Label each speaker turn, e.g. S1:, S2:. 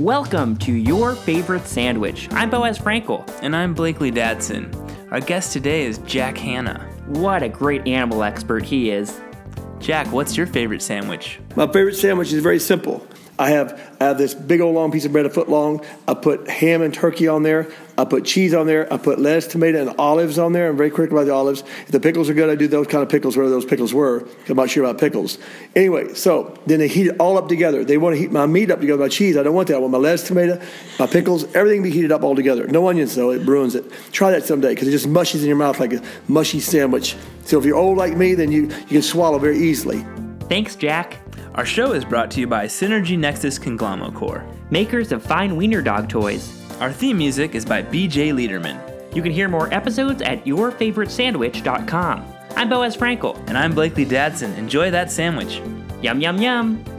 S1: Welcome to Your Favorite Sandwich. I'm Boaz Frankel.
S2: And I'm Blakely Dadson. Our guest today is Jack Hanna.
S1: What a great animal expert he is.
S2: Jack, what's your favorite sandwich?
S3: My favorite sandwich is very simple. I have, I have this big old long piece of bread, a foot long. I put ham and turkey on there. I put cheese on there. I put lettuce, tomato, and olives on there. I'm very critical about the olives. If the pickles are good, I do those kind of pickles, whatever those pickles were. I'm not sure about pickles. Anyway, so then they heat it all up together. They want to heat my meat up together, my cheese. I don't want that. I want my lettuce, tomato, my pickles, everything be heated up all together. No onions, though. It ruins it. Try that someday because it just mushes in your mouth like a mushy sandwich. So if you're old like me, then you, you can swallow very easily.
S1: Thanks, Jack.
S2: Our show is brought to you by Synergy Nexus Conglomocor.
S1: Makers of fine wiener dog toys.
S2: Our theme music is by BJ Liederman.
S1: You can hear more episodes at yourfavoritesandwich.com. I'm Boaz Frankel.
S2: And I'm Blakely Dadson. Enjoy that sandwich.
S1: Yum, yum, yum.